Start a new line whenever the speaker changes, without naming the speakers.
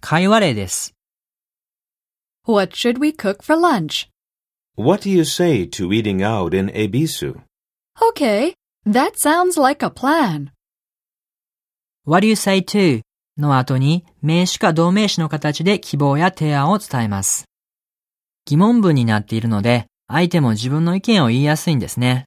会話例です。
What should we cook for lunch?
What do you say to eating out in Ebisu?
Okay, that sounds like a plan.
What do you say to? の後に名詞か動名詞の形で希望や提案を伝えます。疑問文になっているので、相手も自分の意見を言いやすいんですね。